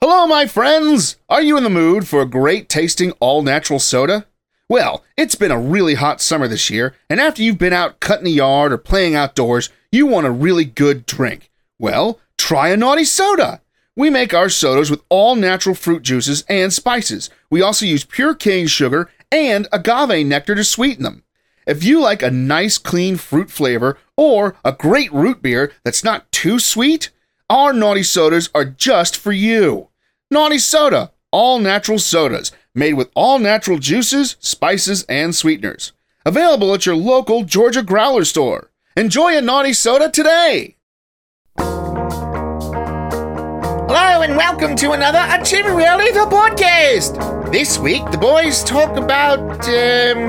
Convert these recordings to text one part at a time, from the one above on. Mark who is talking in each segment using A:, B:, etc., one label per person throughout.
A: Hello, my friends! Are you in the mood for a great tasting all natural soda? Well, it's been a really hot summer this year, and after you've been out cutting the yard or playing outdoors, you want a really good drink. Well, try a naughty soda! We make our sodas with all natural fruit juices and spices. We also use pure cane sugar and agave nectar to sweeten them. If you like a nice, clean fruit flavor or a great root beer that's not too sweet, our naughty sodas are just for you. Naughty Soda, all natural sodas, made with all natural juices, spices, and sweeteners. Available at your local Georgia Growler store. Enjoy a naughty soda today! Hello and welcome to another Achievement Little Podcast! This week, the boys talk about, um...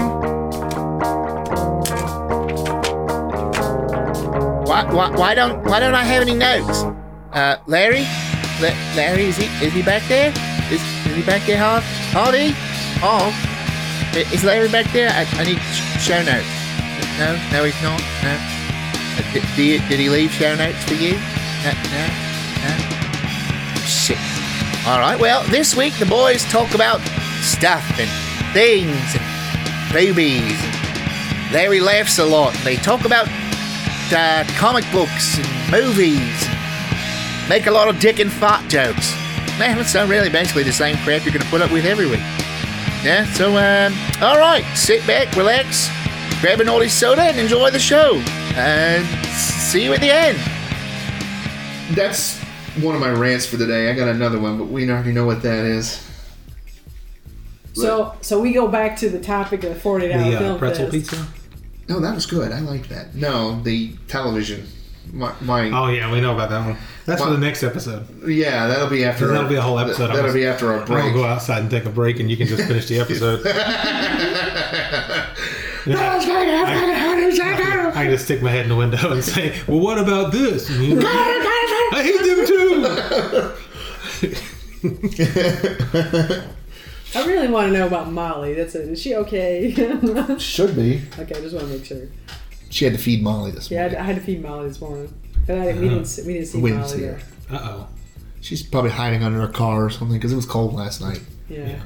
A: Why, why, why don't why don't I have any notes? Uh, Larry, La- Larry, is he is he back there? Is, is he back there, Hov? Harvey, Hov, I- is Larry back there? I, I need sh- show notes. No, no, he's not. No. Uh, did, do you, did he leave show notes for you? No, no, no. Shit. All right. Well, this week the boys talk about stuff and things and boobies. And Larry laughs a lot. They talk about uh, comic books and movies. Make a lot of dick and fart jokes. Man, it's so really basically the same crap you're going to put up with every week. Yeah, so, um, all right, sit back, relax, grab an naughty soda, and enjoy the show. And see you at the end. That's one of my rants for the day. I got another one, but we already know what that is.
B: So, so we go back to the topic of the 48 hour
C: The uh,
B: film
C: pretzel
B: fest.
C: pizza.
A: No, that was good. I liked that. No, the television. My, my
C: Oh yeah, we know about that one. That's
A: Well-
C: for the next episode.
A: yeah, that'll be after.
C: That'll be a whole episode.
A: That'll be after our
C: I'm gonna
A: break.
C: go outside and take a break, and you can just finish the episode. Yeah, I can just stick my head in the window and say, "Well, what about this?" And you- I hate them too.
B: I really want to know about Molly. That's it. Is she okay? okay,
A: Should be.
B: I just want to make sure.
A: She had to feed Molly this
B: Yeah, I,
A: morning.
B: I had to feed Molly this morning, but I, we didn't see- we didn't see
A: Uh, We didn't
B: Molly
A: see her.
B: there.
C: Uh oh.
A: She's probably hiding under a car or something because it was cold last night.
B: Yeah.
C: Yeah.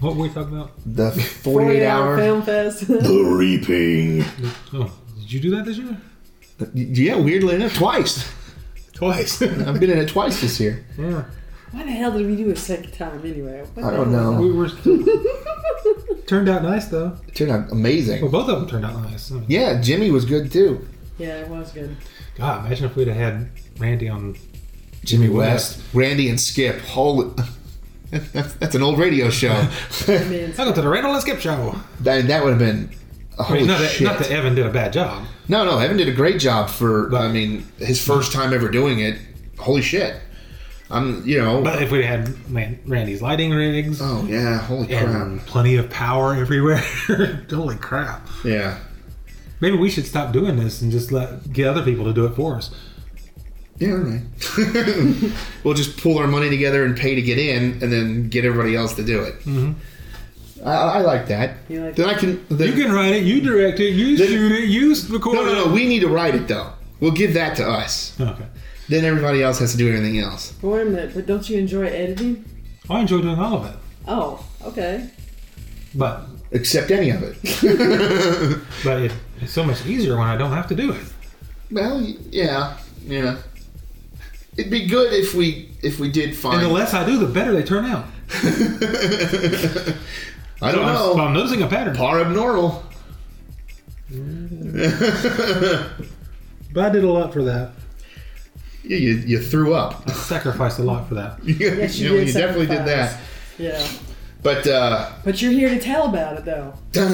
C: What were we talking about?
A: The
B: 48,
A: 48
B: hour
A: hour.
B: film fest.
D: The reaping.
C: Oh, did you do that this year?
A: Yeah, weirdly enough, twice.
C: Twice.
A: I've been in it twice this year.
C: yeah.
B: Why the hell did we do a second time anyway? What
A: I
B: the
A: don't
B: hell?
A: know.
C: We were still... turned out nice though.
A: It turned out
C: Well,
A: amazing.
C: both of them turned out nice. I mean,
A: Yeah, Jimmy was good too.
B: Yeah, it was good.
C: God, imagine if we'd have had Randy on.
A: Jimmy
C: West.
A: West, Randy, and Skip. Holy. That's, that's an old radio show.
B: I mean,
C: Welcome to the Randall and Skip Show.
A: that, that would have been.
C: I
A: Holy
C: mean, not that,
A: shit.
C: not that Evan did a bad job.
A: No, no, Evan did a great job for.
C: But-
A: I mean, his first time ever doing it. Holy shit! I'm, you know.
C: But if we had Lan- Randy's lighting rigs
A: oh yeah, holy crap!
C: and plenty of power everywhere, holy crap!
A: yeah,
C: Maybe we should stop doing this and just let get other people to do it for us.
A: yeah, all right. we'll just pull our money together and pay to get in, and then get everybody else to do it. Mm-hmm. I, I like that.
B: You like
A: then I can. Then,
C: You can write it, you direct it, you
A: Then-
C: shoot it, you s- record
A: No,
C: it.
A: no, no. We need to write it though. We'll give that to us.
C: Okay,
A: Then everybody else has to do everything else.
B: but wait a minute. But don't you enjoy editing?
C: I enjoy doing all of it,
B: Oh, okay.
C: but
A: Accept any of it.
C: but it, it's so much easier when I don't have to do it.
A: well, y- yeah, yeah. It'd be good if we if we did
C: And
A: find.
C: the less I do, the better they turn out.
A: I don't
C: I'm,
A: know.
C: I'm noticing a pattern.
A: Par abnormal.
C: But I did a lot for that.
A: You, you, you threw up.
C: I sacrificed a lot for that.
B: Yes, you
A: know,
B: did
A: definitely did
B: sacrifice.
A: that.
B: Yeah,
A: But uh,
B: but you're here to tell about it though.
A: ta-da!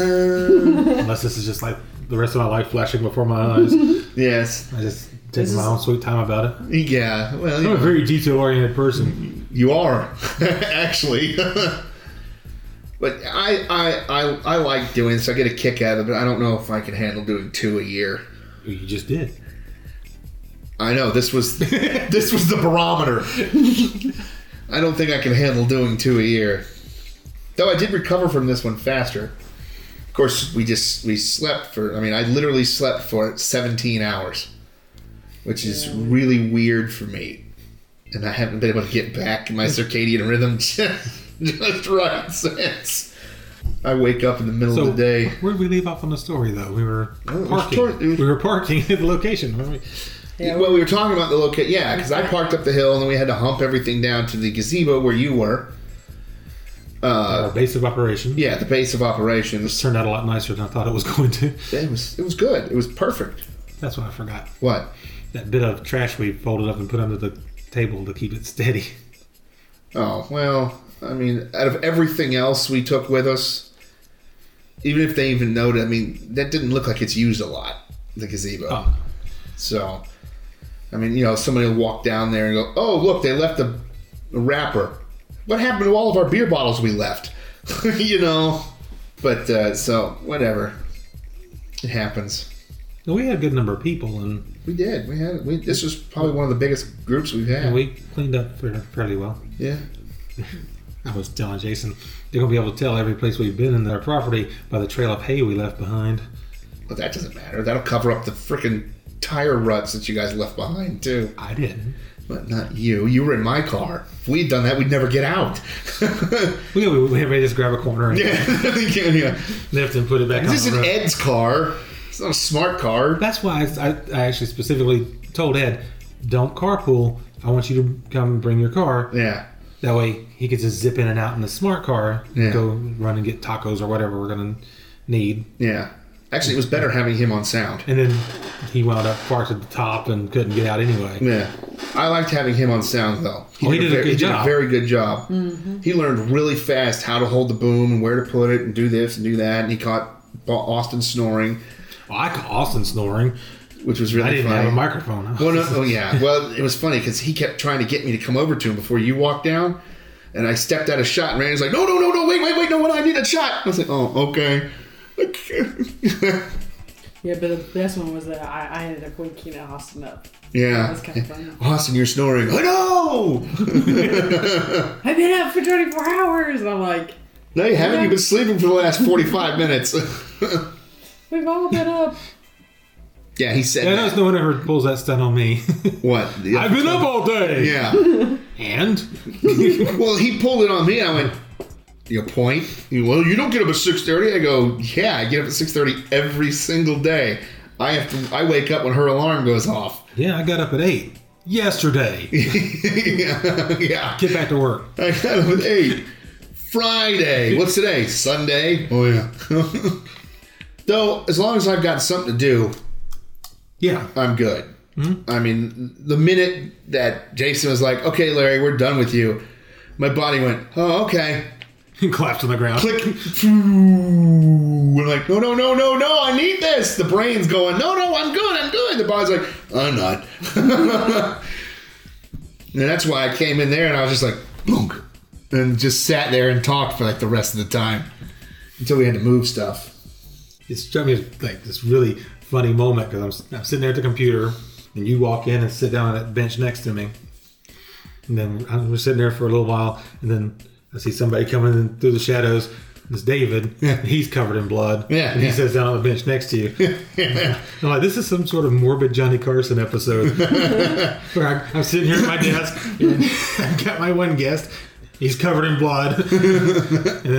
C: Unless this is just like the rest of my life flashing before my eyes.
A: yes,
C: I just
B: This
C: taking my
B: is-
C: own sweet time about it.
A: yeah. Well, you,
C: I'm a
A: know,
C: very detail oriented person.
A: you are actually. but I, I I I like doing this. I get a kick out of it. But I don't know if I can handle doing two a year.
C: You just did.
A: I know this was this was the barometer. I don't think I can handle doing two a year. Though I did recover from this one faster. Of course, we just we slept for. I mean, I literally slept for 17 hours, which is really weird for me. and I haven't been able to get back in my circadian rhythm just, just right since. I wake up in the middle
C: So
A: of the day.
C: where did we leave off on the story though? We were
A: Oh, it was
C: parking.
A: tor- it was-
C: we were parking at the location. weren't we?
B: Yeah,
A: well, we were talking about the location. Yeah, because I parked up the hill and then we had to hump everything down to the gazebo where you were.
C: Our
A: Uh,
C: base of operation.
A: yeah, the base of operations.
C: Turned out a lot nicer than I thought it was going to.
A: It was it was good. It was perfect.
C: That's what I forgot.
A: What?
C: That bit of trash we folded up and put under the table to keep it steady.
A: Oh well, I mean, out of everything else we took with us, even if they even noted, I mean, that didn't look like it's used a lot. The gazebo.
C: Oh,
A: So, I mean, you know, somebody will walk down there and go, "Oh, look, they left a, a wrapper. What happened to all of our beer bottles we left?" you know. But uh, so whatever, it happens.
C: And we had a good number of people, and,
A: We did. We had. We, this was probably one of the biggest groups we've had.
C: and we cleaned up fair- fairly well.
A: yeah.
C: I was telling Jason they're gonna be able to tell every place we've been in their property by the trail of hay we left behind.
A: But that doesn't matter. That'll cover up the frickin' tire ruts that you guys left behind too.
C: I didn't.
A: But not you. You were in my car. If we'd done that, we'd never get out.
C: We, we, we everybody just grab a corner and
A: yeah.
C: lift and put it back on
A: This
C: the
A: is
C: road.
A: Ed's car. It's not a smart car.
C: That's why I, I, I actually specifically told Ed, don't carpool. I want you to come bring your car.
A: Yeah.
C: That way he could just zip in and out in the smart car,
A: Yeah.
C: go run and get tacos or whatever we're gonna need.
A: Yeah. Actually, it was better having him on sound.
C: And then he wound up parked at the top and couldn't get out anyway.
A: Yeah. I liked having him on sound, though.
C: Oh, he did a
A: ver-
C: good
A: he
C: job.
A: Did a very good job. He learned really fast how to hold the boom and where to put it and do this and do that. And he caught Ba- Austin snoring,
C: Well, I caught Austin snoring.
A: which was
C: I
A: really
C: didn't
A: funny.
C: have a microphone.
A: Well, no, oh, yeah. Well, it was funny because he kept trying to get me to come over to him before you walked down, and I stepped out of shot. And Randy's like, "No, no, no, no! Wait, wait, wait! No, what? I need a shot." I was like, "Oh, okay."
B: yeah, but the best one was that I, I ended up waking Austin up. That
A: yeah.
B: was kind of funny.
A: Austin, you're snoring. I know.
B: I've been up for 24 hours, and I'm like,
A: no, you haven't. You've been sleeping for the last 45 minutes.
B: we've all been up.
A: yeah, he said.
C: Yeah,
A: that.
C: no, no one ever pulls that stunt on me.
A: What? The-
C: I've been up all day.
A: Yeah.
C: And
A: well, he pulled it on me. and I went. Your point? He, well, you don't get up at six thirty. I go, yeah, I get up at six thirty every single day. I have to. I wake up when her alarm goes off.
C: yeah, I got up at eight yesterday.
A: yeah, yeah.
C: Get back to work.
A: I got up at eight. Friday. What's today? Sunday. Oh yeah. Though, as long as I've got something to do,
C: Yeah.
A: I'm good. I mean, the minute that Jason was like, "Okay, Larry, we're done with you," my body went, "Oh, okay."
C: Collapsed on the ground.
A: Click. We're like, "No, no, no, no, no! I need this." The brain's going, "No, no, I'm good, I'm good." The body's like, "I'm not." And that's why I came in there and I was just like, boom, and just sat there and talked for like the rest of the time until we had to move stuff.
C: it struck me as like this really funny moment because I'm, I'm sitting there at the computer and you walk in and sit down on that bench next to me. And then I was sitting there for a little while and then I see somebody coming in through the shadows. It's David.
A: Yeah.
C: and He's covered in blood.
A: Yeah,
C: And he
A: yeah.
C: sits down on the bench next to you. I'm like, this is some sort of morbid Johnny Carson episode where I, I'm sitting here at my desk and I've got my one guest. He's covered in blood. and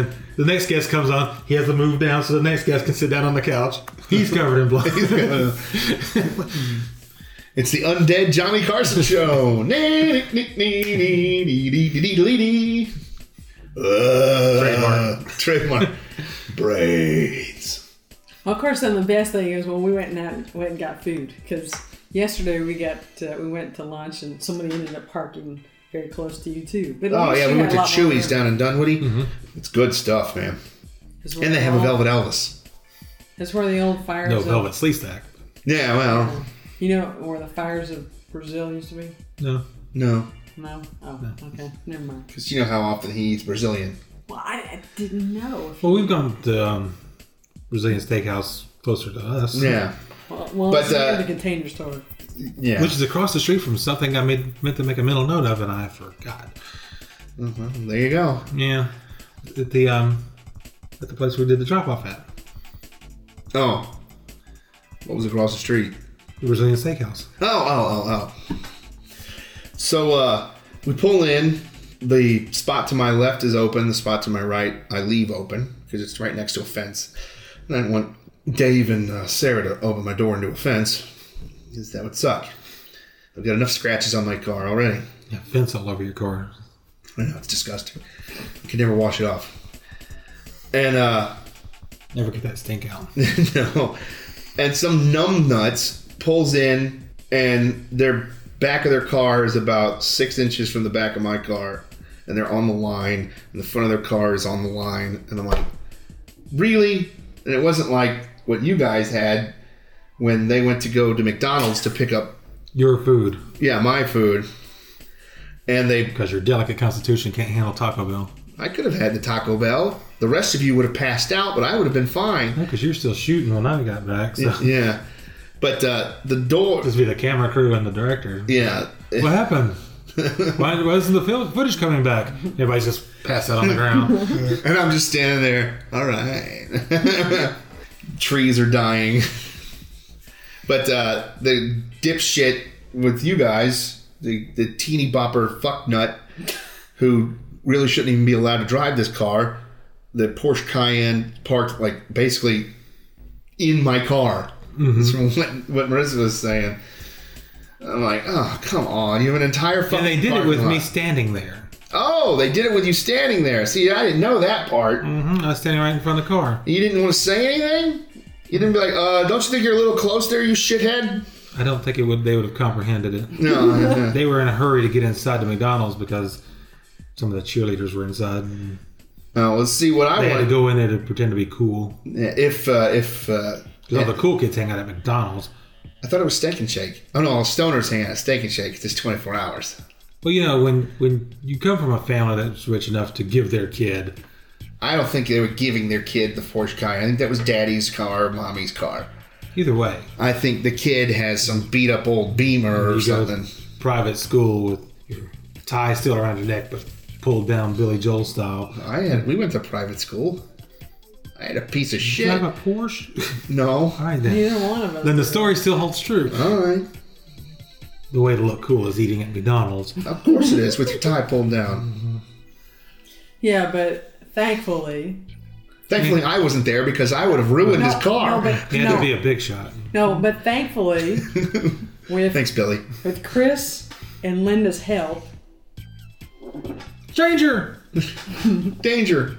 C: then the next guest comes on. He has to move down so the next guest can sit down on the couch. He's covered in blood.
A: It's the Undead Johnny Carson Show. Trademark. Uh, Trademark. Braids.
B: Of course, then the best thing is when we went and had, went and got food because yesterday we got uh, we went to lunch and somebody ended up parking very close to you too. But at
A: Oh,
B: least
A: yeah,
B: you
A: we
B: had
A: went
B: a
A: to
B: lot more
A: Chewy's down in Dunwoody. It's good stuff, man.
B: It's where
A: And they have a
B: all-
A: Velvet Elvis.
B: It's where the old fires.
C: no
B: of,
C: velvet sleeve stack.
A: Yeah, well,
B: You know where the fires of Brazil used to be?
C: No.
A: no.
B: No. Oh, okay. Never mind.
A: Because you know how often he eats Brazilian.
B: Well, I, I didn't know. If,
C: Well, we've gone to um, Brazilian Steakhouse closer to us.
A: Yeah.
B: well, well,
A: But,
B: it's near
A: uh,
B: the container store.
A: Yeah.
C: Which is across the street from something I made, meant to make a mental note of, and I forgot.
A: Well, there you go.
C: Yeah, at the um, at the place we did the drop off at,
A: Oh. What was across the street?
C: the Brazilian Steakhouse.
A: Oh, oh, oh, oh. So, uh, We pull in. The spot to my left is open. The spot to my right, I leave open because it's right next to a fence. And I didn't want Dave and uh, Sarah to open my door into a fence because that would suck. I've got enough scratches on my car already.
C: Yeah, fence all over your car.
A: I know it's disgusting. I can never wash it off. And uh,
C: Never get that stink out.
A: no. And some numb nuts pulls in, and their back of their car is about six inches from the back of my car, and they're on the line, and the front of their car is on the line, and I'm like, really? And it wasn't like what you guys had when they went to go to McDonald's to pick up,
C: Your food,
A: yeah, my food, and they
C: because your delicate constitution can't handle Taco Bell.
A: I could have had the Taco Bell. The rest of you would have passed out, but I would have been fine.
C: Because you're still shooting when I got back. So
A: Yeah. But uh, the door.
C: just be the camera crew and the director.
A: Yeah.
C: What happened? Why wasn't the fil- footage coming back? Everybody's just passed out on the ground.
A: And I'm just standing there. All right. Trees are dying. But uh, the dipshit with you guys, the, the teeny bopper fucknut who really shouldn't even be allowed to drive this car, the Porsche Cayenne parked like basically in my car.
C: Mm-hmm.
A: That's from what, what Marissa was saying. I'm like, oh, come on. You have an entire fucking
C: and they did it
A: parking
C: with me
A: lot."
C: standing there.
A: Oh, they did it with you standing there. See, I didn't know that part.
C: hmm I was standing right in front of the car.
A: You didn't want to say anything? You didn't be like, uh, don't you think you're a little close there, you shithead?
C: I don't think it would. They would have comprehended it.
A: No.
C: They were in a hurry to get inside the McDonald's because some of the cheerleaders were inside. And
A: no let's see what I
C: they had to
A: want.
C: go in there to pretend to be cool.
A: If, uh, if, uh,
C: Because all the cool kids hang out at McDonald's.
A: I thought it was Steak and Shake. Oh, no, Stoner's hanging out at Steak and Shake. It's 24 hours.
C: Well, you know, when when you come from a family that's rich enough to give their kid,
A: I don't think they were giving their kid the Porsche Cayenne. I think that was daddy's car, mommy's car.
C: either way,
A: I think the kid has some beat up old Beamer or
C: you go
A: something.
C: to private school with your tie still around your neck, but pulled down Billy Joel style.
A: I had, we went to private school. I had a piece of
C: Do you
A: shit.
C: have a Porsche?
A: No.
C: All right then.
B: Neither one of us.
C: Then the story still holds true.
A: All right.
C: The way to look cool is eating at McDonald's.
A: Of course it is, with your tie pulled down.
B: Yeah, but thankfully,
A: Thankfully, I wasn't there because I would have ruined his
B: No,
A: car.
B: but,
C: You had
B: no,
C: to be a big shot.
B: no, but thankfully, with
A: Thanks, Billy.
B: with Chris and Linda's help,
C: Stranger.
A: Danger!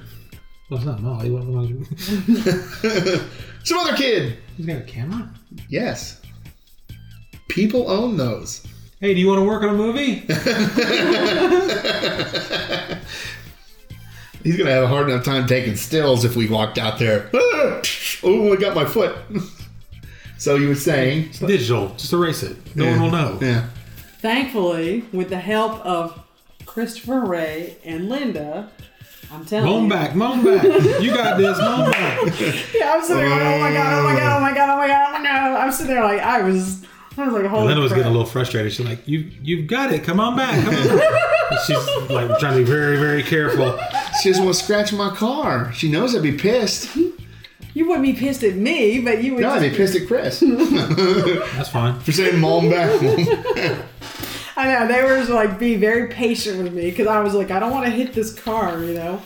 C: Well, it's not Molly. What what- what-
A: Some other kid!
C: He's got a camera.
A: Yes. People own those.
C: Hey, do you want to work on a movie?
A: He's gonna have a hard enough time taking stills if we walked out there. oh, I got my foot. so you were saying?
C: It's digital. Just erase it. No one will know.
A: Yeah.
B: thankfully, with the help of Christopher Ray and Linda, I'm telling
C: Moan
B: you.
C: back, moan back. You got this, moan back.
B: Yeah, I'm sitting there like, oh my god, oh my god, oh my god, oh my god, oh my god. I'm sitting there like, I was, I was like, holy.
C: Linda was
B: crap.
C: getting a little frustrated. She's like, "You, you've got it. Come on back. Come on." back." And She's like trying to be very, very careful.
A: She doesn't want to scratch my car. She knows I'd be pissed.
B: You wouldn't be pissed at me, but you would.
A: No,
B: just-
A: I'd be pissed at Chris. You're
C: That's fine.
A: saying mom back.
B: I know they were just like be very patient with me because I was like, I don't want to hit this car, you know.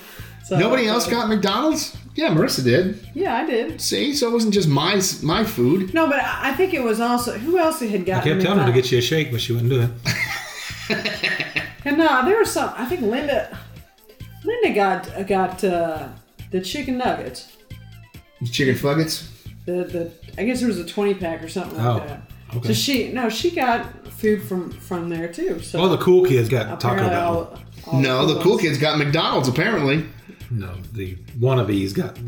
B: So
A: Nobody else got McDonald's? Yeah, Marissa did.
B: Yeah, I did.
A: See, so it wasn't just my my food.
B: No, but I I think it was also who else had
C: I
B: gotten.
C: kept
B: me
C: telling her to
B: that?
C: get you a shake, but she wouldn't do it.
B: And no, there was some. I think Linda, Linda got got uh, the chicken nuggets.
A: Chicken nuggets.
B: The the I guess there was a twenty pack or something
C: Oh,
B: like that.
C: okay.
B: So she no, she got food from from there too. So
C: All the cool kids got Taco
B: apparently
C: Bell.
B: all- all
A: No, the cool
B: ones-
A: kids got McDonald's apparently.
C: No, the wannabes got.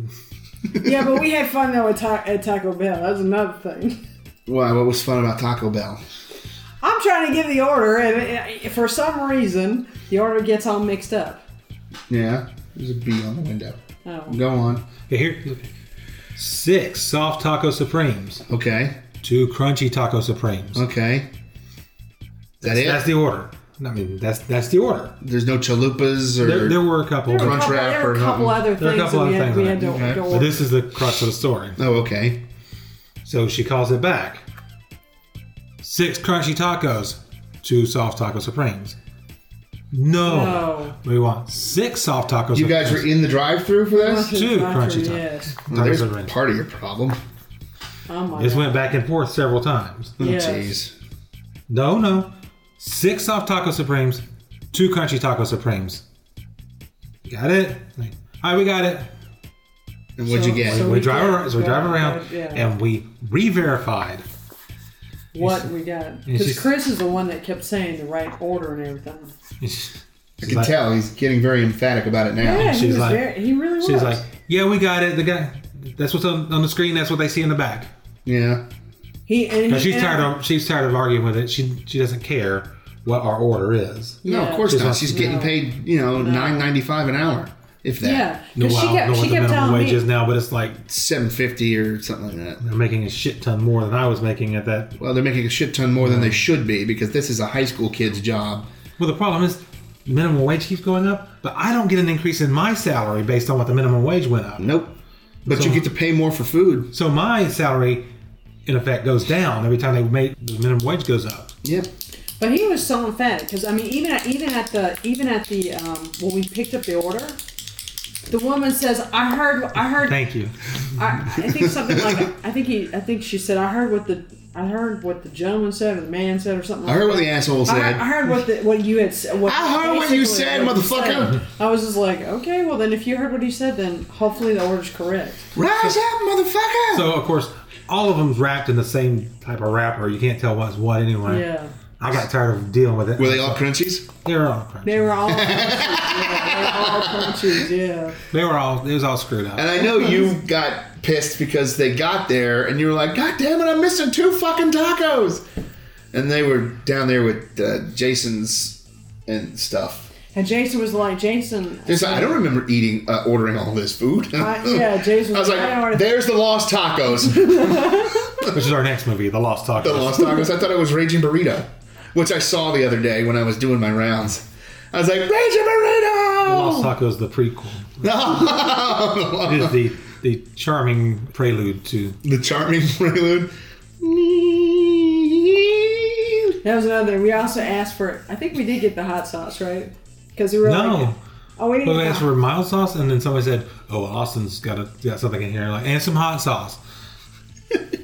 B: Yeah, but we had fun though at, ta- at Taco Bell. That's another thing.
A: Why? What was fun about Taco Bell?
B: I'm trying to give the order, and and uh, for some reason, the order gets all mixed up.
A: Yeah, there's a bee on the window.
B: Oh.
A: Go on.
C: Yeah, here, look. six soft taco supremes,
A: Okay,
C: two crunchy taco supremes.
A: okay. That
C: That's,
A: it?
C: that's the order. I mean, that's that's the order.
A: there's no chalupas or
C: There, there were a couple,
B: There were a
A: Crunch
B: couple,
A: wrap
B: there were
A: or
B: a couple
A: something.
B: other
C: There were a
B: things
C: couple
B: that we
C: other
B: had,
C: things
B: we
C: on
B: had to,
C: it.
A: Okay. But
B: to
C: but
B: order.
C: this is the crux of the story.
A: oh, okay.
C: So she calls it back. Six crunchy tacos, two soft taco supremes. No.
B: No.
C: We want six soft tacos.
A: You guys were in the drive-through for this.
C: Two
B: Doctor,
C: crunchy tacos.
B: Oh, Yes.
C: Tacos
A: There's
C: and ranch.
A: part of your problem.
B: Oh my
C: This
B: God.
C: went back and forth several times.
A: Oh,
B: Yes.
A: Jeez.
C: No, no. Six soft taco supremes, two crunchy taco supremes. Got it? Like, All right, we got it.
A: And what'd you
B: So-
A: get?
B: so-
C: we,
B: we
C: drive
B: did-
C: around, so we drive
B: yeah,
C: around
B: yeah.
C: and we re-verified.
B: What we got?
C: It's
B: Because
C: just-
B: Chris is the one that kept saying the right order and everything.
C: She's
A: I can
C: like-
A: tell he's getting very emphatic about it now.
B: Yeah, he
C: she's
B: was
C: like-
B: very, he really was.
C: She's like, yeah, we got it. The guy, that's what's on, on the screen. That's what they see in the back.
A: Yeah.
B: he and
C: Now,
B: he-
C: she's
B: and-
C: tired of she's tired of arguing with it. She she doesn't care what our order is.
A: No,
B: Yeah.
A: of course
C: She's
A: not.
C: not-
A: She's getting
B: No.
A: paid, you know, nine ninety five an hour, if that.
B: Yeah,
C: No,
B: because she
C: I don't
B: kept
C: know
B: she
C: what the
B: kept
C: minimum
B: telling
C: wage
B: me.
C: is now, but it's like
A: Seven fifty or something like that.
C: they're making a shit ton more than I was making at that.
A: Well, they're making a shit ton more than they should be because this is a high school kid's job.
C: Well, the problem is the minimum wage keeps going up, but I don't get an increase in my salary based on what the minimum wage went up.
A: Nope. But
C: So-
A: you get to pay more for food.
C: So my salary, in effect, goes down every time they make the minimum wage goes up.
A: Yeah.
B: But he was so emphatic because I mean, even at, even at the even at the um, when we picked up the order, the woman says, "I heard, I heard, I,
C: Thank you.
B: I think something like I think he, I think she said, I heard what the I heard what the gentleman said or the man said or something."
A: I heard what the asshole
B: I,
A: said.
B: I heard what the, what you had said. What,
A: I heard what you
B: basically
A: said,
B: what you
A: motherfucker.
B: said. I was just like, okay, well then if you heard what he said, then hopefully the order's correct.
A: Rise up, motherfucker!
C: So of course, all of them's wrapped in the same type of wrapper. You can't tell what's what anyway.
B: Yeah,
C: I got tired of dealing with it.
A: Were they all crunchies?
C: They were all crunchy.
B: they were all punches. Yeah, they were all punches. Yeah.
C: They were all. It was all screwed up.
A: And I know you got pissed because they got there and you were like, God damn it, I'm missing two fucking tacos! And they were down there with uh, Jason's and stuff.
B: And Jason was like, Jason.
A: There's, I don't remember eating, uh, ordering all this food.
B: I- yeah, Jason
A: I was
B: I ordered-
A: like, there's the lost tacos.
C: Which is our next movie, The Lost Tacos.
A: the Lost Tacos. I thought it was Raging Burrito, which I saw the other day when I was doing my rounds. I was like, Raging
C: The Lost
A: Burrito!
C: Tacos, the prequel.
A: No!
C: It is the the charming prelude to.
A: the charming prelude.
B: That was another. We also asked for. I think we did get the hot sauce, right? Because we were like,
C: No,
B: oh, we
C: but
B: didn't.
C: we
B: Get
C: asked
B: the,
C: for mild sauce, and then somebody said, "Oh, Austin's got a, got something in here, like and some hot sauce."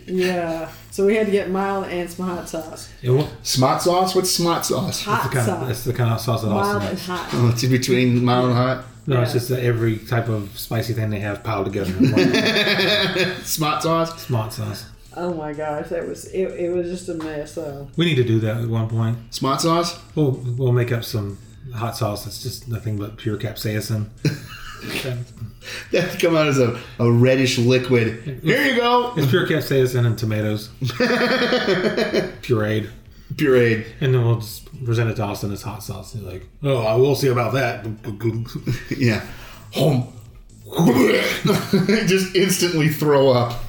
B: yeah, so we had to get mild and some hot sauce.
C: And what,
A: Smot sauce? What's smot sauce?
B: Hot
C: the kind of,
B: sauce,
C: that's the kind of sauce that
B: mild
C: Austin
B: and
C: makes.
B: hot.
A: Oh, it's in between mild and hot.
C: No, it's
B: Yeah.
C: just that every type of spicy thing they have piled together. in one
A: Smot sauce?
C: Smart sauce.
B: Oh my gosh, that was it. It was just a mess, though.
C: We need to do that at one point.
A: Smot sauce?
C: We'll we'll make up some hot sauce that's just nothing but pure capsaicin.
A: That could come out as a, a reddish liquid. Here you go!
C: It's pure capsaicin and tomatoes pureed.
A: Pureed.
C: And then we'll just present it to Austin as hot sauce. He's like, oh, I will see about that.
A: Yeah. Home. Just instantly throw up.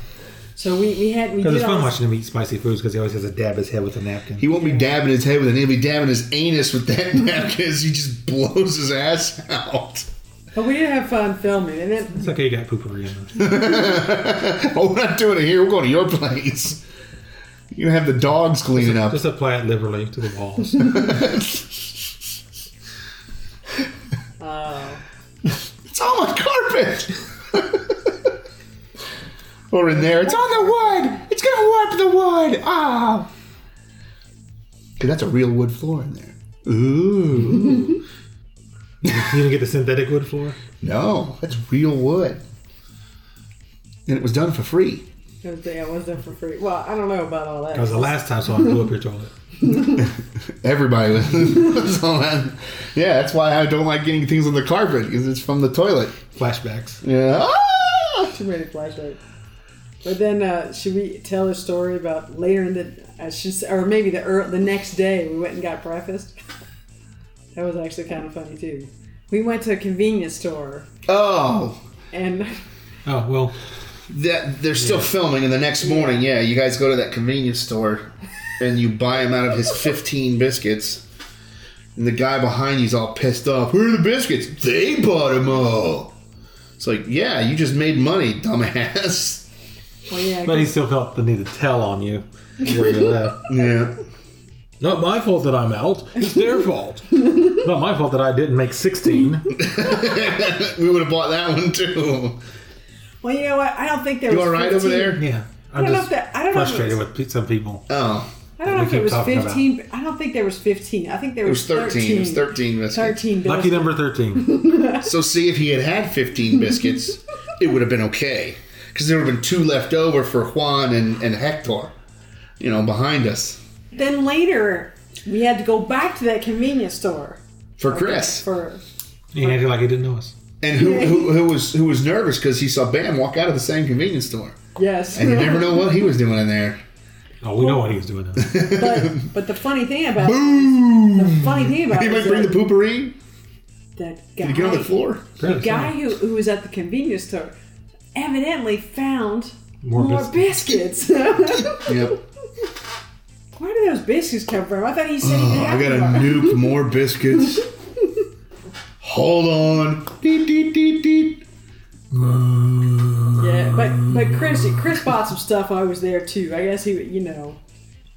B: So we, we had we
C: Because
B: did
C: it's fun
B: all
C: watching him eat spicy foods because he always has to dab his head with a napkin.
A: He won't be dabbing his head with it. He'll be dabbing his anus with that napkin as he just blows his ass out.
B: but we did have fun filming, and then
C: It's okay, you got poopery in there.
A: Oh, we're not doing it here. We're going to your place. You're going to have the dogs cleaning up.
C: Just apply it liberally to the walls.
B: uh,
A: It's all on carpet. or in there. It's on the wood. It's going to warp the wood. Ah. Because that's a real wood floor in there. Ooh.
C: you didn't get the synthetic wood floor?
A: no, that's real wood. And it was done for free.
B: it was, yeah, it was there for free. Well, I don't know about all
C: That was
B: that.
C: the last time someone blew up your toilet.
A: Everybody was. was on that. Yeah, that's why I don't like getting things on the carpet because it's from the toilet.
C: Flashbacks.
A: Yeah. Ah!
B: Too many flashlights. But then, uh, should we tell a story about later in the, uh, she, s- or maybe the ear the next day we went and got breakfast? that was actually kind of funny too. We went to a convenience store
A: Oh,
B: and
C: Oh, well,
A: that they're still filming, and the next morning, yeah, you guys go to that convenience store and you buy him out of his fifteen biscuits. And the guy behind you's all pissed off. Where are the biscuits? They bought them all. It's like, yeah, you just made money, dumbass.
B: well, yeah,
C: but he still felt the need to tell on you where you left.
A: Yeah.
C: Not my fault that I'm out. It's their fault. not my fault that I didn't make 16.
A: we would have bought that one too.
B: Well, you know what? I don't think there
A: You
B: was.
A: all right
B: 15.
A: over there?
C: yeah.
B: I
C: I'm
B: don't know
C: just
B: if that. I don't know. If it
C: frustrated
B: was,
C: with pe- some people.
A: Oh,
B: I don't know
C: we
B: if it
C: keep
B: was
C: talking about.
B: fifteen. but I don't think there was fifteen. I think there
A: it
B: was,
A: was thirteen. It was thirteen biscuits.
B: Thirteen. bills.
C: Lucky number 13.
A: So see if he had had fifteen biscuits, it would have been okay because there would have been two left over for Juan and, and Hector. You know, behind us
B: Then later, we had to go back to that convenience store
A: for Chris.
B: for.
C: He acted like he didn't know us.
A: And who, who, who was who was nervous because he saw Bam walk out of the same convenience store,
B: Yes.
A: and you never know what he was doing in there.
C: Oh, we know what he was doing. Now.
B: but, but the funny thing about
A: Ooh!
B: the funny thing about
A: He
B: it
A: might
B: was
A: bring the
B: that,
A: pooperine.
B: that
A: Did
B: guy,
A: he get on the floor?
B: the guy who, who was at the convenience store, evidently found
C: More
B: more biscuits. Where
A: Yep.
B: did those biscuits come from? I thought he said he did
A: Oh, I gotta
B: have them.
A: nuke more biscuits. Hold on. Deet, deet, deet, deet.
B: Yeah, but but Chris Chris bought some stuff. while I was there too. I guess he you know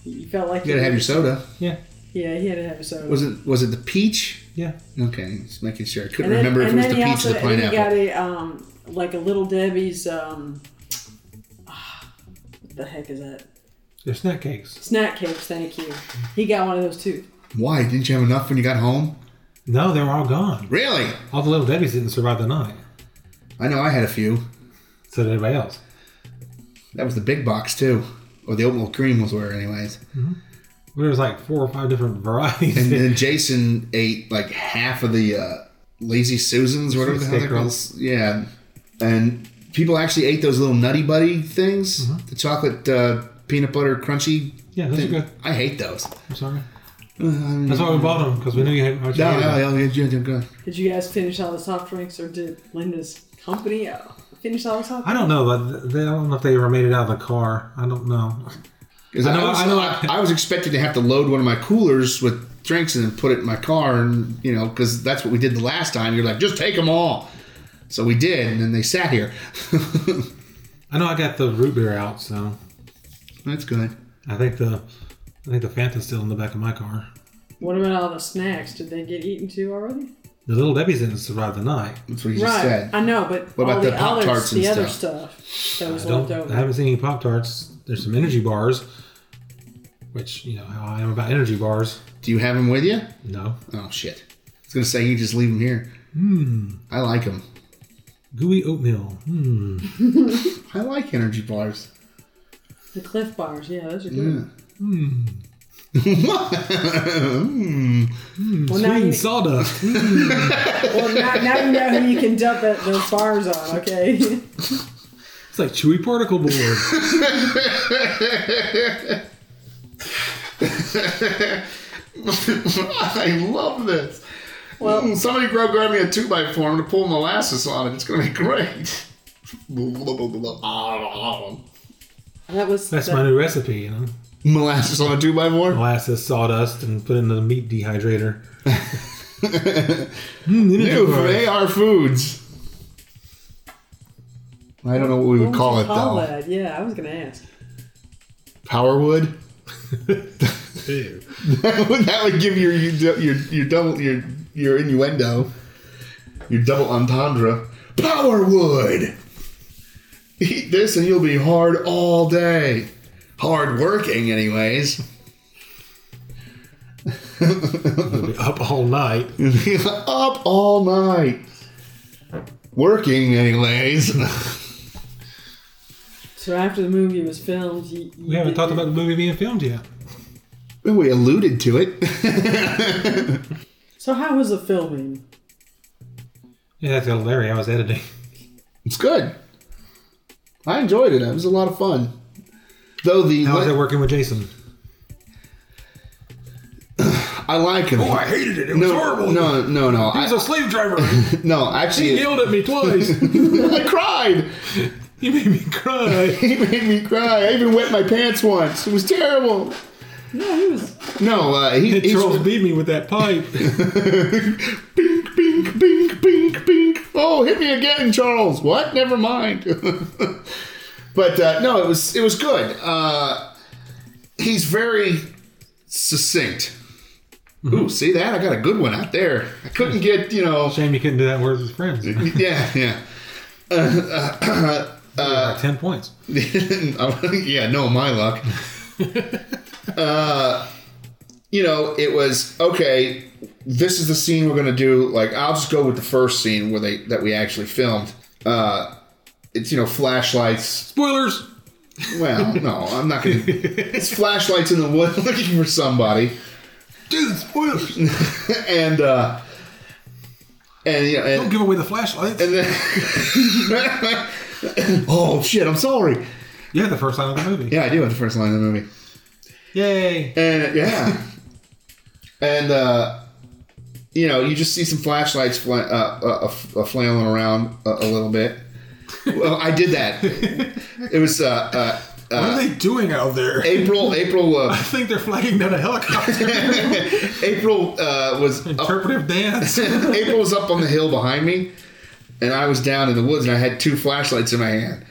B: he felt like
A: You gotta have your soda.
C: Yeah.
B: yeah he had to have his soda.
A: Was it was it the peach?
C: Yeah.
A: Okay, just making sure. I couldn't
B: And then-
A: remember if it
B: and
A: was the
B: then
A: peach
B: he
A: or
B: also-
A: the
B: and then
A: pineapple.
B: He got a um, like a little Debbie's. Um, ah, what the heck is that?
C: They're snack cakes.
B: Snack cakes. Thank you. He got one of those too.
A: Why didn't you have enough when you got home?
C: No, they were all gone.
A: Really?
C: All the little Debbies didn't survive the night.
A: I know I had a few.
C: So did everybody else.
A: That was the big box too, or the oatmeal creamels were, anyways.
C: There was like four or five different varieties.
A: And then Jason ate like half of the uh, lazy susans, or whatever the hell
C: Steak
A: they're called. Yeah, and people actually ate those little nutty buddy things, the chocolate uh, peanut butter crunchy.
C: yeah, those are
A: thing.
C: good.
A: I hate those.
C: I'm sorry. That's why we bought them because we knew you had. what you
A: No,
C: hated.
A: no, no, yeah, yeah, yeah.
B: Did you guys finish all the soft drinks, or did Linda's company uh, finish all the soft?
C: I don't know, but they, I don't know if they ever made it out of the car. I don't know.
A: 'Cause
C: I
A: I,
C: know-
A: was,
C: I know-
A: I- I was expecting to have to load one of my coolers with drinks and then put it in my car, and you know, because that's what we did the last time. You're like, just take them all. So we did, and then they sat here.
C: I know I got the root beer out, so
A: that's good.
C: I think the I think the Fanta's still in the back of my car.
B: drinks? What about all the snacks? Did they get eaten too already?
C: The little Debbie's didn't survive the night.
A: That's what you just
B: Right.
A: said.
B: I know, but
A: What
B: all
A: about
B: the,
A: the
B: others,
A: Pop-Tarts and
B: the other stuff that was
C: I
B: left
C: don't.
B: over.
C: I haven't seen any Pop Tarts. There's some energy bars, which you know how I am about energy bars.
A: Do you have them with you?
C: No,
A: Oh shit! I was gonna say you just leave them here. Hmm. I like them.
C: gooey oatmeal. Hmm.
A: I like energy bars.
B: The Cliff Bars, yeah, those are good.
C: Hmm.
A: Hmm. Mm.
B: Well, now
C: Sweet
B: you,
C: sawdust.
B: well now, now you know who you can dump that, those bars on. Okay.
C: it's like chewy particle board.
A: I love this.
B: Well-
A: Mm, somebody grab, grab me a two by four. I'm gonna pull molasses on it. It's gonna be great.
B: That was
C: That's
B: that-
C: my new recipe. You know,
A: molasses on a two by four.
C: molasses, sawdust, and put it in the meat dehydrator. Mm, energy
A: New from
C: bars.
A: AR Foods. I don't know what we
B: what
A: would call
B: you
A: it though.
B: that? Yeah, I was gonna ask.
A: Powerwood.
C: Ew.
A: that would that would give your your your, your double your your innuendo, your double entendre, power wood. Eat this and you'll be hard all day. Hard working, anyways.
C: You'll be up all night.
A: Up all night. Working, anyways.
B: So after the movie was filmed, you, you
C: We haven't
B: did-
C: talked about the movie being filmed yet.
A: we alluded to it.
B: So how was the filming?
C: Yeah, that's hilarious. I was editing.
A: it's good. I enjoyed it. It was a lot of fun. Though the
C: How was it working with Jason?
A: I like him.
C: Oh, I hated it. It
A: no, no, no, no. I,
C: slave driver.
A: no, actually,
C: at me twice.
A: I cried.
C: he made me cry.
A: He made me cry. I even wet my pants once. It was terrible.
B: No, he was.
A: No, uh, he, he's
C: Charles beat me with that pipe.
A: bink, bink, bink, bink, bink. Oh, hit me again, Charles. What? Never mind. but uh, no, it was it was good. Uh, he's very succinct. Ooh, see that? I got a good one out there. I couldn't get, you know.
C: Shame you couldn't do that with his friends.
A: Yeah, yeah.
C: Like Ten points.
A: yeah, no, my luck. uh, you know, it was okay. This is the scene we're gonna do. Like, I'll just go with the first scene where they that we actually filmed. Uh, it's you know flashlights.
C: Spoilers.
A: Well, no, I'm not gonna. It's flashlights in the wood looking for somebody,
C: Dude, spoilers.
A: and uh, and you know, and,
C: Don't give away the flashlights.
A: and then. oh shit! I'm sorry.
C: yeah, the first line of the movie.
A: Yeah, I do have the first line of the movie.
C: Yay.
A: And yeah, and uh, you know, you just see some flashlights fla- uh, uh, uh, flailing around a, a little bit. Well, I did that. It was uh, uh,
C: What
A: uh,
C: are they doing out there?
A: April. April.
C: I
A: Uh,
C: think they're flagging down a helicopter.
A: April uh, was up,
C: Interpretive dance.
A: April was up on the hill behind me, and I was down in the woods, and I had two flashlights in my hand.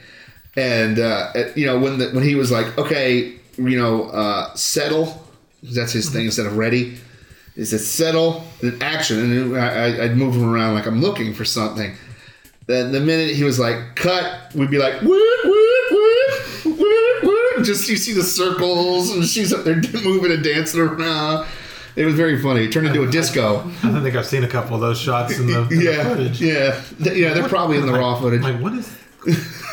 A: And uh, uh, you know, when the, when he was like, "Okay, you know, uh, settle," that's his thing instead of ready. It said settle and action, and I, I- I'd move him around like I'm looking for something. Then the minute he was like cut, we'd be like whoop whoop whoop whoop whoop. Just you see the circles, and she's up there moving and dancing around. It was very funny. It turned into a disco.
C: I don't think I've seen a couple of those shots in the, in the
A: Yeah,
C: footage.
A: yeah, Th- yeah. They're probably in the raw footage.
C: Like, what is.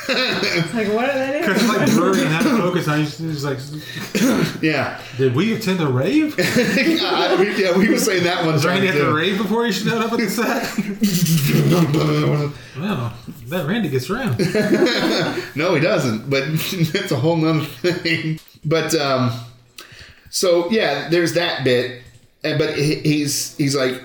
B: It's like, what are they doing?
C: It's like blurry and out of focus. I just, it's like,
A: Yeah,
C: did we attend a rave? Was
A: I- I- we, yeah. We were saying that one
C: there
A: time
C: any at the
A: too.
C: rave before you showed up at the set? Wow, that Randy gets around.
A: No, he doesn't. But that's a whole nother thing. But um, so yeah, there's that bit. And but he, he's he's like,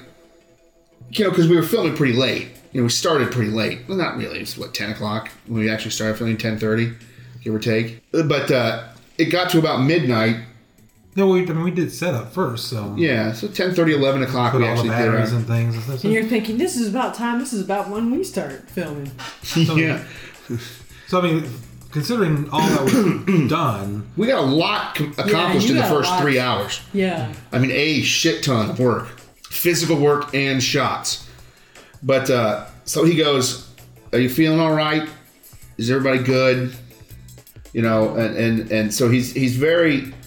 A: you know, because we were filming pretty late. You know, we started pretty late. Well, not really. It's what ten o'clock when we actually started filming, ten thirty, give or take. But uh, it got to about midnight.
C: No, we, I mean, we did setup first, so.
A: Yeah, so 10, 11 o'clock.
C: Put
A: we
C: all the
A: actually did our,
C: batteries and things. and stuff.
B: And you're thinking, this is about time. This is about when we start filming.
A: yeah.
C: So, I mean, considering all that was done,
A: We got a lot com- accomplished
B: you
A: in the
B: got a
A: first
B: lot.
A: three hours.
B: Yeah.
A: I mean, a shit ton of work, physical work and shots. But uh, so he goes, "Are you feeling all right? Is everybody good?" You know, and and, and so he's he's very.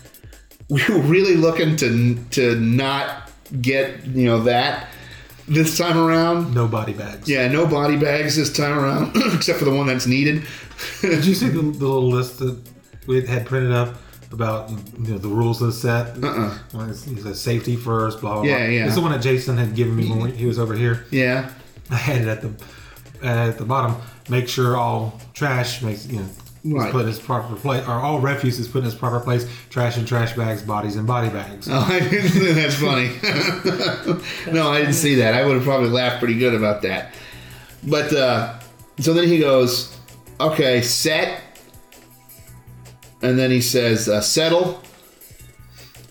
A: We were really looking to to not get you know that this time around.
C: no body bags.
A: Yeah, no body bags this time around, except for the one that's needed.
C: Did you see the, the little list that we had printed up about you know the rules of the set?
A: Uh-uh.
C: Well, it's- it's a safety first, blah blah. blah.
A: Yeah, yeah.
C: It's the one that Jason had given me when we, he was over here.
A: yeah,
C: I had it at the at the bottom. Make sure all trash makes you know.
A: Right.
C: Is put in its proper place, or all refuse is put in its proper place. Trash and trash bags, bodies and body bags.
A: Oh, I didn't, that's funny. no, I didn't see that. I would have probably laughed pretty good about that. But uh, so then he goes, "Okay, set," and then he says, uh, "Settle."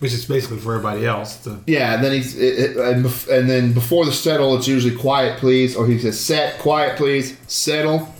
C: Which is basically for everybody else. To,
A: Yeah. And then he's it, it, and, bef- and then before the settle, it's usually quiet, please, or he says, "Set, quiet, please, settle."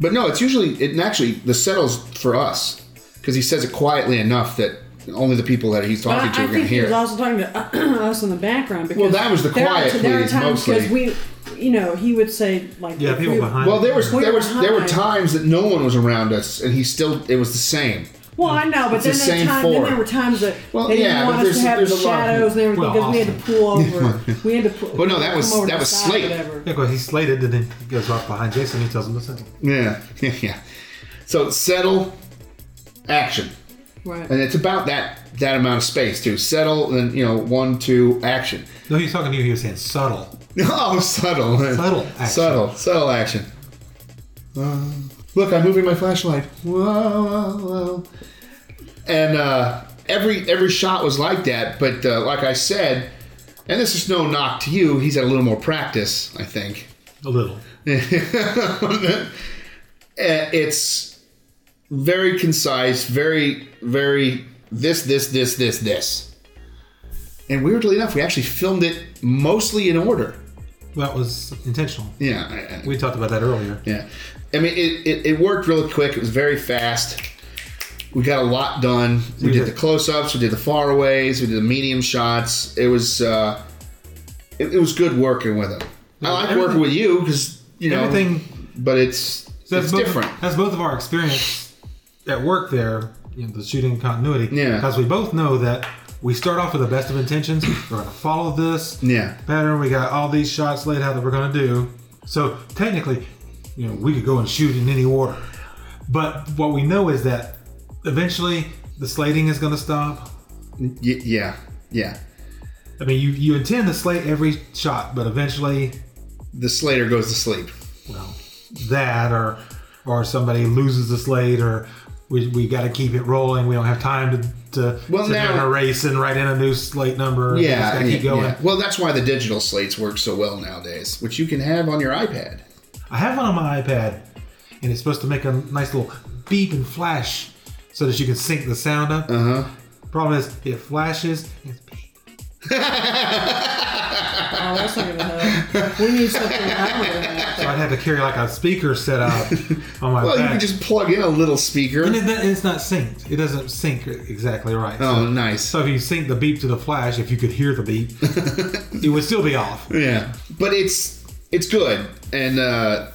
A: But no, it's usually it and actually the settles for us because he says it quietly enough that only the people that he's
B: But I,
A: talking to
B: I
A: are going to
B: think he
A: hear.
B: was
A: it.
B: also talking to us in the background because
A: Well, that was the
B: there
A: quiet
B: are, there are
A: please,
B: times
A: mostly.
B: because we, you know, he would say like
C: yeah,
B: if
C: people
B: we-
C: behind.
A: Well, there was
B: We
A: there
B: were
A: was there were
B: behind.
A: times that no one was around us, and he still it was the same.
B: Well, I know, but
A: the
B: then, there
A: same
B: time,
A: four.
B: then there were times that
A: Well,
B: they didn't
A: yeah, but
B: want us
A: there's-
B: to have
A: there's
B: the
A: a lot of-
B: shadows and everything
C: Well,
B: because we had to
C: Austin.
B: pull over. we had to pull.
A: Well, no, that was-
B: come over to
A: that
B: the
A: was
B: side or
A: Slate.
B: whatever.
C: Yeah, 'cause he slated, and then he goes off behind Jason. and He tells him to settle.
A: Yeah, yeah. So settle, action,
B: Right.
A: and it's about that that amount of space too. Settle, and you know one, two, action.
C: No, he was talking to you. He was saying subtle.
A: Oh, subtle,
C: Subtle action.
A: subtle, subtle action. Uh, look, I'm moving my flashlight. Whoa, whoa, whoa. And uh, every every shot was like that. But uh, like I said, and this is no knock to you. He's had a little more practice, I think.
C: A little.
A: Uh, it's very concise, very, very this, this, this, this, this. And weirdly enough, we actually filmed it mostly in order.
C: That was intentional.
A: Yeah, I- I-
C: We talked about that earlier.
A: yeah. I mean, it, it, it worked really quick. It was very fast. we got a lot done. We
C: Yeah.
A: did the close-ups, we did the faraways, we did the medium shots. It was uh, it, it was good working with him. I like
C: everything-
A: working with you because you know
C: Everything
A: but it's
C: So
A: it's
C: both,
A: different.
C: That's both of our experience at work there, you know, the shooting continuity.
A: Yeah.
C: Because we both know that we start off with the best of intentions. We're going to follow this
A: Yeah.
C: pattern. We got all these shots laid out that we're going to do. So technically, you know, we could go and shoot in any order. But what we know is that eventually the slating is going to stop.
A: Y- yeah. Yeah.
C: I mean, you, you intend to slate every shot, but eventually,
A: The Slater goes to sleep.
C: well, that or or somebody loses the slate or we, we got to keep it rolling. We don't have time to, to
A: Well,
C: sit down
A: now-
C: and race and write in a new slate number. We just
A: Yeah,
C: gotta keep
A: yeah,
C: going.
A: yeah. Well, that's why the digital slates work so well nowadays, which you can have on your iPad.
C: I have one on my iPad, and it's supposed to make a nice little beep and flash so that you can sync the sound up.
A: Uh huh.
C: Problem is, it flashes. And it's beep.
B: Oh, that's not gonna help. We need something louder than
C: So I'd
B: that.
C: have to carry like a speaker set up on my
A: Well, you
C: back.
A: can just plug in a little
C: and
A: speaker.
C: it, it's not synced. It doesn't sync exactly right.
A: Oh, nice.
C: So if you sync the beep to the flash, if you could hear the beep, it would still be off.
A: Yeah, but it's it's good, and uh,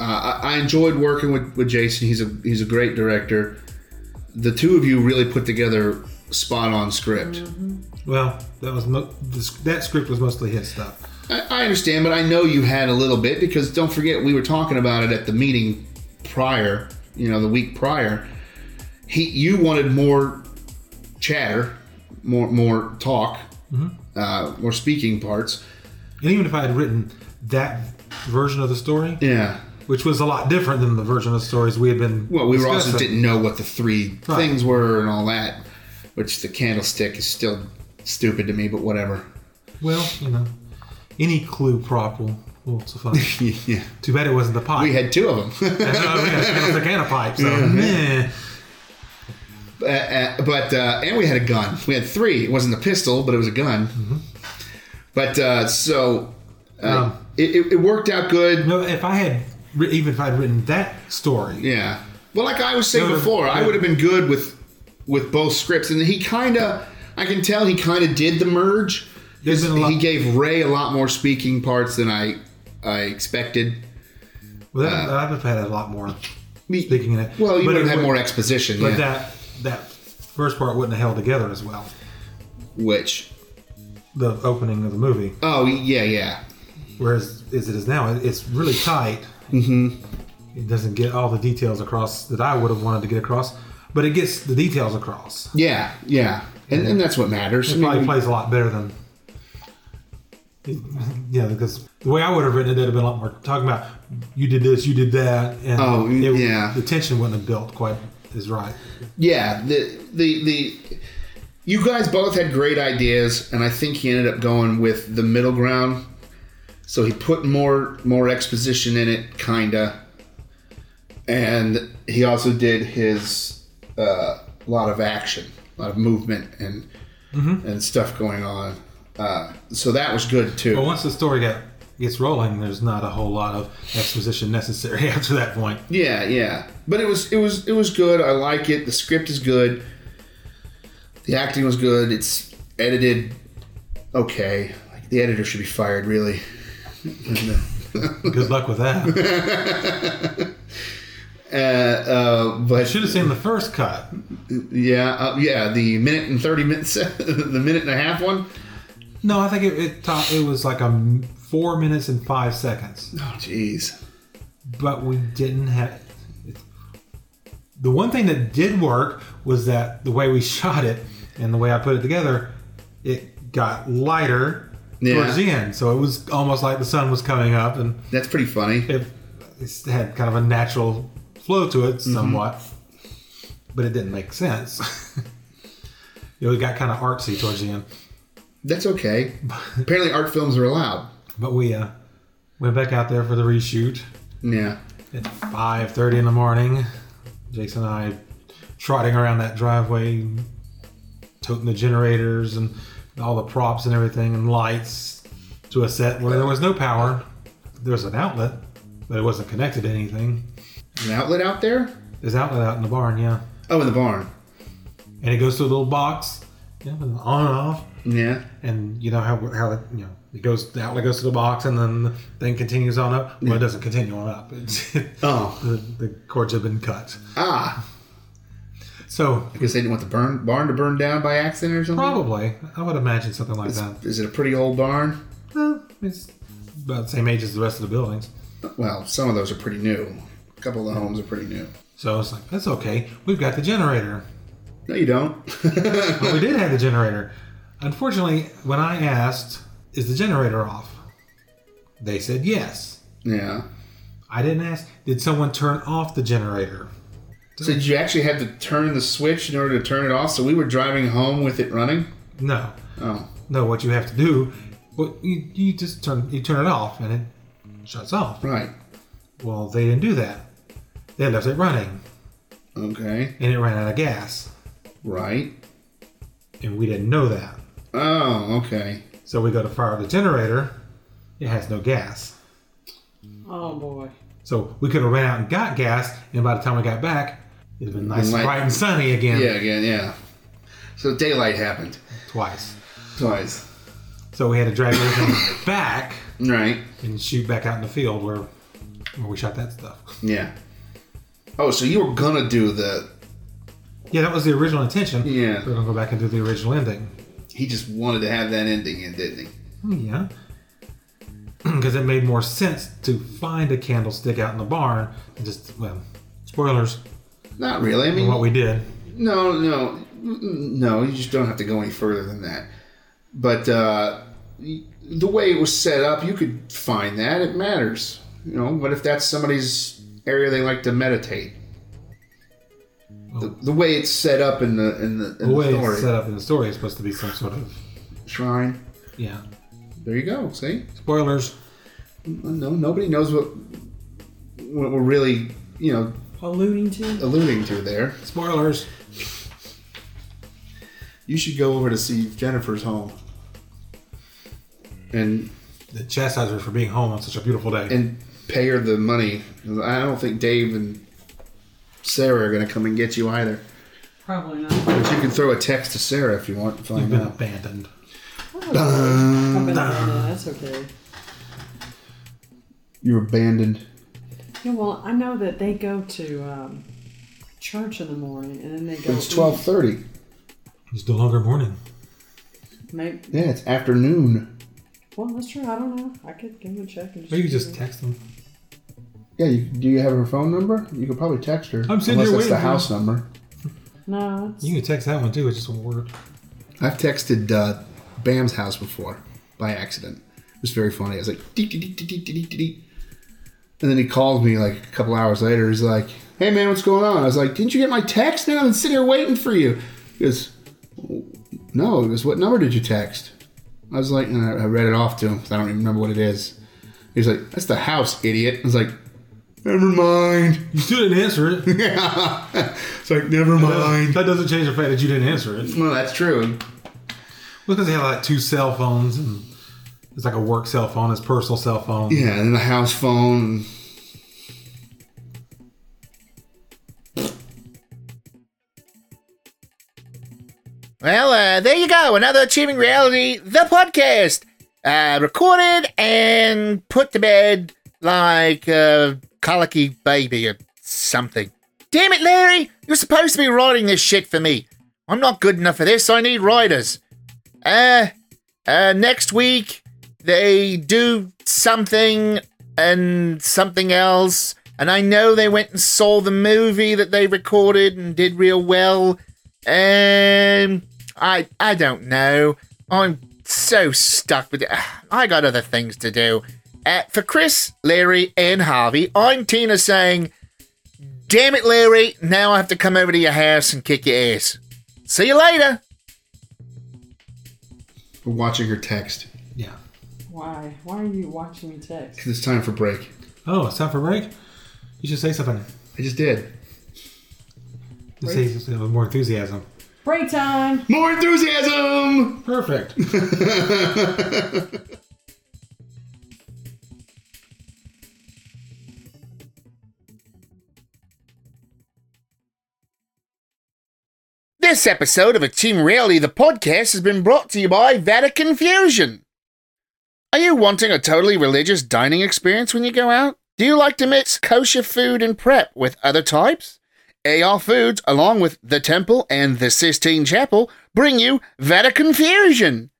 A: uh, I I enjoyed working with, with Jason. He's a he's a great director. The two of you really put together spot on script.
C: Well, that was mo- the, sc- that script was mostly his stuff.
A: I, I understand, but I know you had a little bit because don't forget we were talking about it at the meeting prior, you know, the week prior. He, you wanted more chatter, more more talk, uh, more speaking parts.
C: And even if I had written that version of the story,
A: Yeah.
C: which was a lot different than the version of the stories we had been
A: Well, we were also
C: discussing.
A: didn't know what the three
C: Right.
A: things were and all that, which the candlestick is still stupid to me, but whatever.
C: Well, you know, any clue prop will, will suffice.
A: yeah.
C: Too bad it wasn't the pipe.
A: We had two of them.
C: And, uh, we had a candlestick and a pipe, so meh.
A: Uh, uh, but uh, and we had a gun. We had three. It wasn't a pistol, but it was a gun. But uh, so uh,
C: Um,
A: it, it- it worked out good.
C: No, if I had writ- even if I had written that story,
A: Yeah. Well, like I was saying
C: No, no,
A: before, I
C: yeah.
A: would have been good with with both scripts, and he kind of. I can tell he kind of did the merge.
C: There's been a lot-
A: He gave Ray a lot more speaking parts than I I expected.
C: well, that, I'd have had a lot more
A: Me-
C: speaking in it.
A: Well, you
C: But
A: would have
C: it
A: had
C: would-
A: more exposition,
C: But
A: yeah.
C: that that first part wouldn't have held together as well.
A: which
C: The opening of the movie.
A: oh yeah yeah
C: whereas as it is now, it- it's really tight. Mm-hmm. It doesn't get all the details across that I would have wanted to get across, but it gets the details across.
A: yeah yeah, and, and that's what matters.
C: It
A: I
C: probably
A: mean,
C: plays a lot better than. Yeah, because the way I would have written it, it'd have been a lot more talking about you did this, you did that, and
A: Oh,
C: it-
A: yeah.
C: the tension wouldn't have built quite as right.
A: yeah the the the you guys both had great ideas and i think he ended up going with the middle ground so he put more more exposition in it kinda and he also did his uh, lot of action a lot of movement and and stuff going on uh, so that was good too
C: But once the story got gets rolling, there's not a whole lot of exposition necessary after that point.
A: Yeah, yeah. But it was it was it was good. I like it. The script is good. The acting was good. It's edited okay. Like the editor should be fired, really.
C: Good luck with that.
A: Uh, uh,
C: I
A: but
C: should have seen the first cut.
A: yeah, uh, yeah. The minute and thirty minutes, the minute and a half one.
C: No, I think it it, top, it was like a m- four minutes and five seconds.
A: Oh, jeez.
C: But we didn't have. The one thing that did work was that the way we shot it and the way I put it together, it got lighter
A: Yeah.
C: towards the end. So it was almost like the sun was coming up, and
A: That's pretty funny.
C: it, it had kind of a natural flow to it, somewhat. But it didn't make sense. it got kind of artsy towards the end.
A: That's okay. Apparently, art films are allowed.
C: But we uh, went back out there for the reshoot.
A: Yeah.
C: at 5.30 in the morning jason and i trotting around that driveway toting the generators and all the props and everything and lights to a set where there was no power there was an outlet but it wasn't connected to anything
A: An outlet out there.
C: there's an outlet out in the barn yeah
A: Oh, in the barn.
C: and it goes to a little box, you know, and on and off,
A: Yeah.
C: and you know how how it you know it goes the outlet goes to the box and then the thing continues on up. Well, it doesn't continue on up. It's,
A: Oh.
C: the, the cords have been cut.
A: Ah.
C: So
A: Because they didn't want the burn barn to burn down by accident or something.
C: probably I would imagine something like that.
A: Is it a pretty old barn?
C: Eh, it's about the same age as the rest of the buildings.
A: Well, some of those are pretty new. A couple of the homes are pretty new.
C: So it's like that's okay. We've got the generator.
A: No, you don't.
C: But we did have the generator. Unfortunately, when I asked, "Is the generator off?" They said yes.
A: yeah.
C: I didn't ask. Did someone turn off the generator?
A: So did you actually have to turn the switch in order to turn it off? So we were driving home with it running.
C: No.
A: Oh,
C: No, what you have to do, well, you, you just turn you turn it off and it shuts off.
A: right.
C: Well, they didn't do that. They left it running
A: Okay.
C: and it ran out of gas,
A: Right.
C: and we didn't know that.
A: Oh, okay.
C: So we go to fire the generator. It has no gas.
B: Oh boy.
C: So we could have ran out and got gas, and by the time we got back, it'd have been nice,
A: light.
C: and bright, and sunny again.
A: Yeah, again, yeah. So daylight happened
C: Twice.
A: twice.
C: So we had to drag everything back
A: Right.
C: and shoot back out in the field where, where we shot that stuff.
A: Yeah. Oh, so you were gonna do the?
C: Yeah, that was the original intention.
A: Yeah.
C: We're gonna go back and do the original ending. Hmm,
A: He just wanted to have that ending, in, didn't he?
C: Yeah. Because it made more sense to find a candlestick out in the barn and just, well, spoilers
A: Not really. I
C: on
A: mean,
C: what we did.
A: No, no, no. You just don't have to go any further than that. But uh, the way it was set up, you could find that. It matters, you know. But if that's somebody's area they like to meditate, the, the way it's set up in the in Oh. the, in
C: The way
A: the story
C: it's set up in the story is supposed to be some sort of,
A: shrine.
C: yeah.
A: There you go. See,
C: Spoilers.
A: no, nobody knows what what we're really you know
B: Alluding to?
A: alluding to there.
C: Spoilers.
A: You should go over to see Jennifer's home. And
C: The chastiser for being home on such a beautiful day.
A: and pay her the money. I don't think Dave and Sarah are going to come and get you either.
B: Probably not.
A: But you can throw a text to Sarah if you want to
C: You've
A: find
C: been
A: out.
C: abandoned.
B: I've been around that, That's okay.
A: You're abandoned.
B: Yeah, well, I know that they go to um, church in the morning and then they go.
A: It's twelve thirty.
C: It's no longer morning.
B: Maybe,
A: Yeah, it's afternoon.
B: well, that's true. I don't know. I could give them a check and just.
C: Or you could just text them.
A: Yeah, you, do you have her phone number? You could probably text her.
C: I'm sitting
A: unless that's
C: here waiting
A: the
C: for
A: house number.
B: No. It's,
C: You can text that one too. It just won't work.
A: I've texted uh, Bam's house before by accident. It was very funny. I was like, "Dee, dee, dee, dee, dee, dee, dee, dee." and then he calls me like a couple hours later. He's like, "Hey man, what's going on?" I was like, "Didn't you get my text, man? I've been sitting here waiting for you." He goes, "No." He goes, "What number did you text?" I was like, and I I read it off to him 'cause I don't even remember what it is. He's like, "That's the house, idiot." I was like, "Never mind."
C: You still didn't answer it.
A: it's like, "Never mind."
C: that doesn't change the fact that you didn't answer it.
A: Well, that's true.
C: Well, because they have like two cell phones, and it's like a work cell phone, his personal cell phone.
A: Yeah, and then the house phone.
E: Well, uh, there you go. Another Achieving Reality, the podcast. Uh, recorded and put to bed like a colicky baby or something. Damn it, Larry! You're supposed to be writing this shit for me. I'm not good enough for this. I need writers. Uh, uh, next week, they do something and something else. And I know they went and saw the movie that they recorded and did real well. Um, I I don't know. I'm so stuck with it. I got other things to do. Uh, for Chris, Larry, and Harvey, I'm Tina saying, "Damn it, Larry! Now I have to come over to your house and kick your ass." See you later.
A: We're watching her text.
C: Yeah.
B: why? Why are you watching me text?
A: It's time for break.
C: Oh, it's time for break. You should say something.
A: I just did.
C: Just say something with more enthusiasm.
B: Break time!
A: More enthusiasm!
C: Perfect.
E: This episode of A Team Reality, the podcast, has been brought to you by Vatican Fusion. Are you wanting a totally religious dining experience when you go out? Do you like to mix kosher food and prep with other types? AR Foods, along with the Temple and the Sistine Chapel, bring you Vatican Fusion.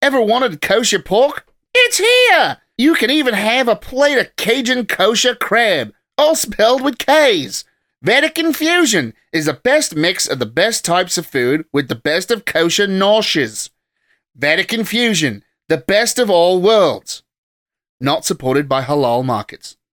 E: Ever wanted kosher pork? It's here! You can even have a plate of Cajun kosher crab, all spelled with K's. Vatican Fusion is the best mix of the best types of food with the best of kosher noshes. Vatican Fusion, the best of all worlds. Not supported by halal markets.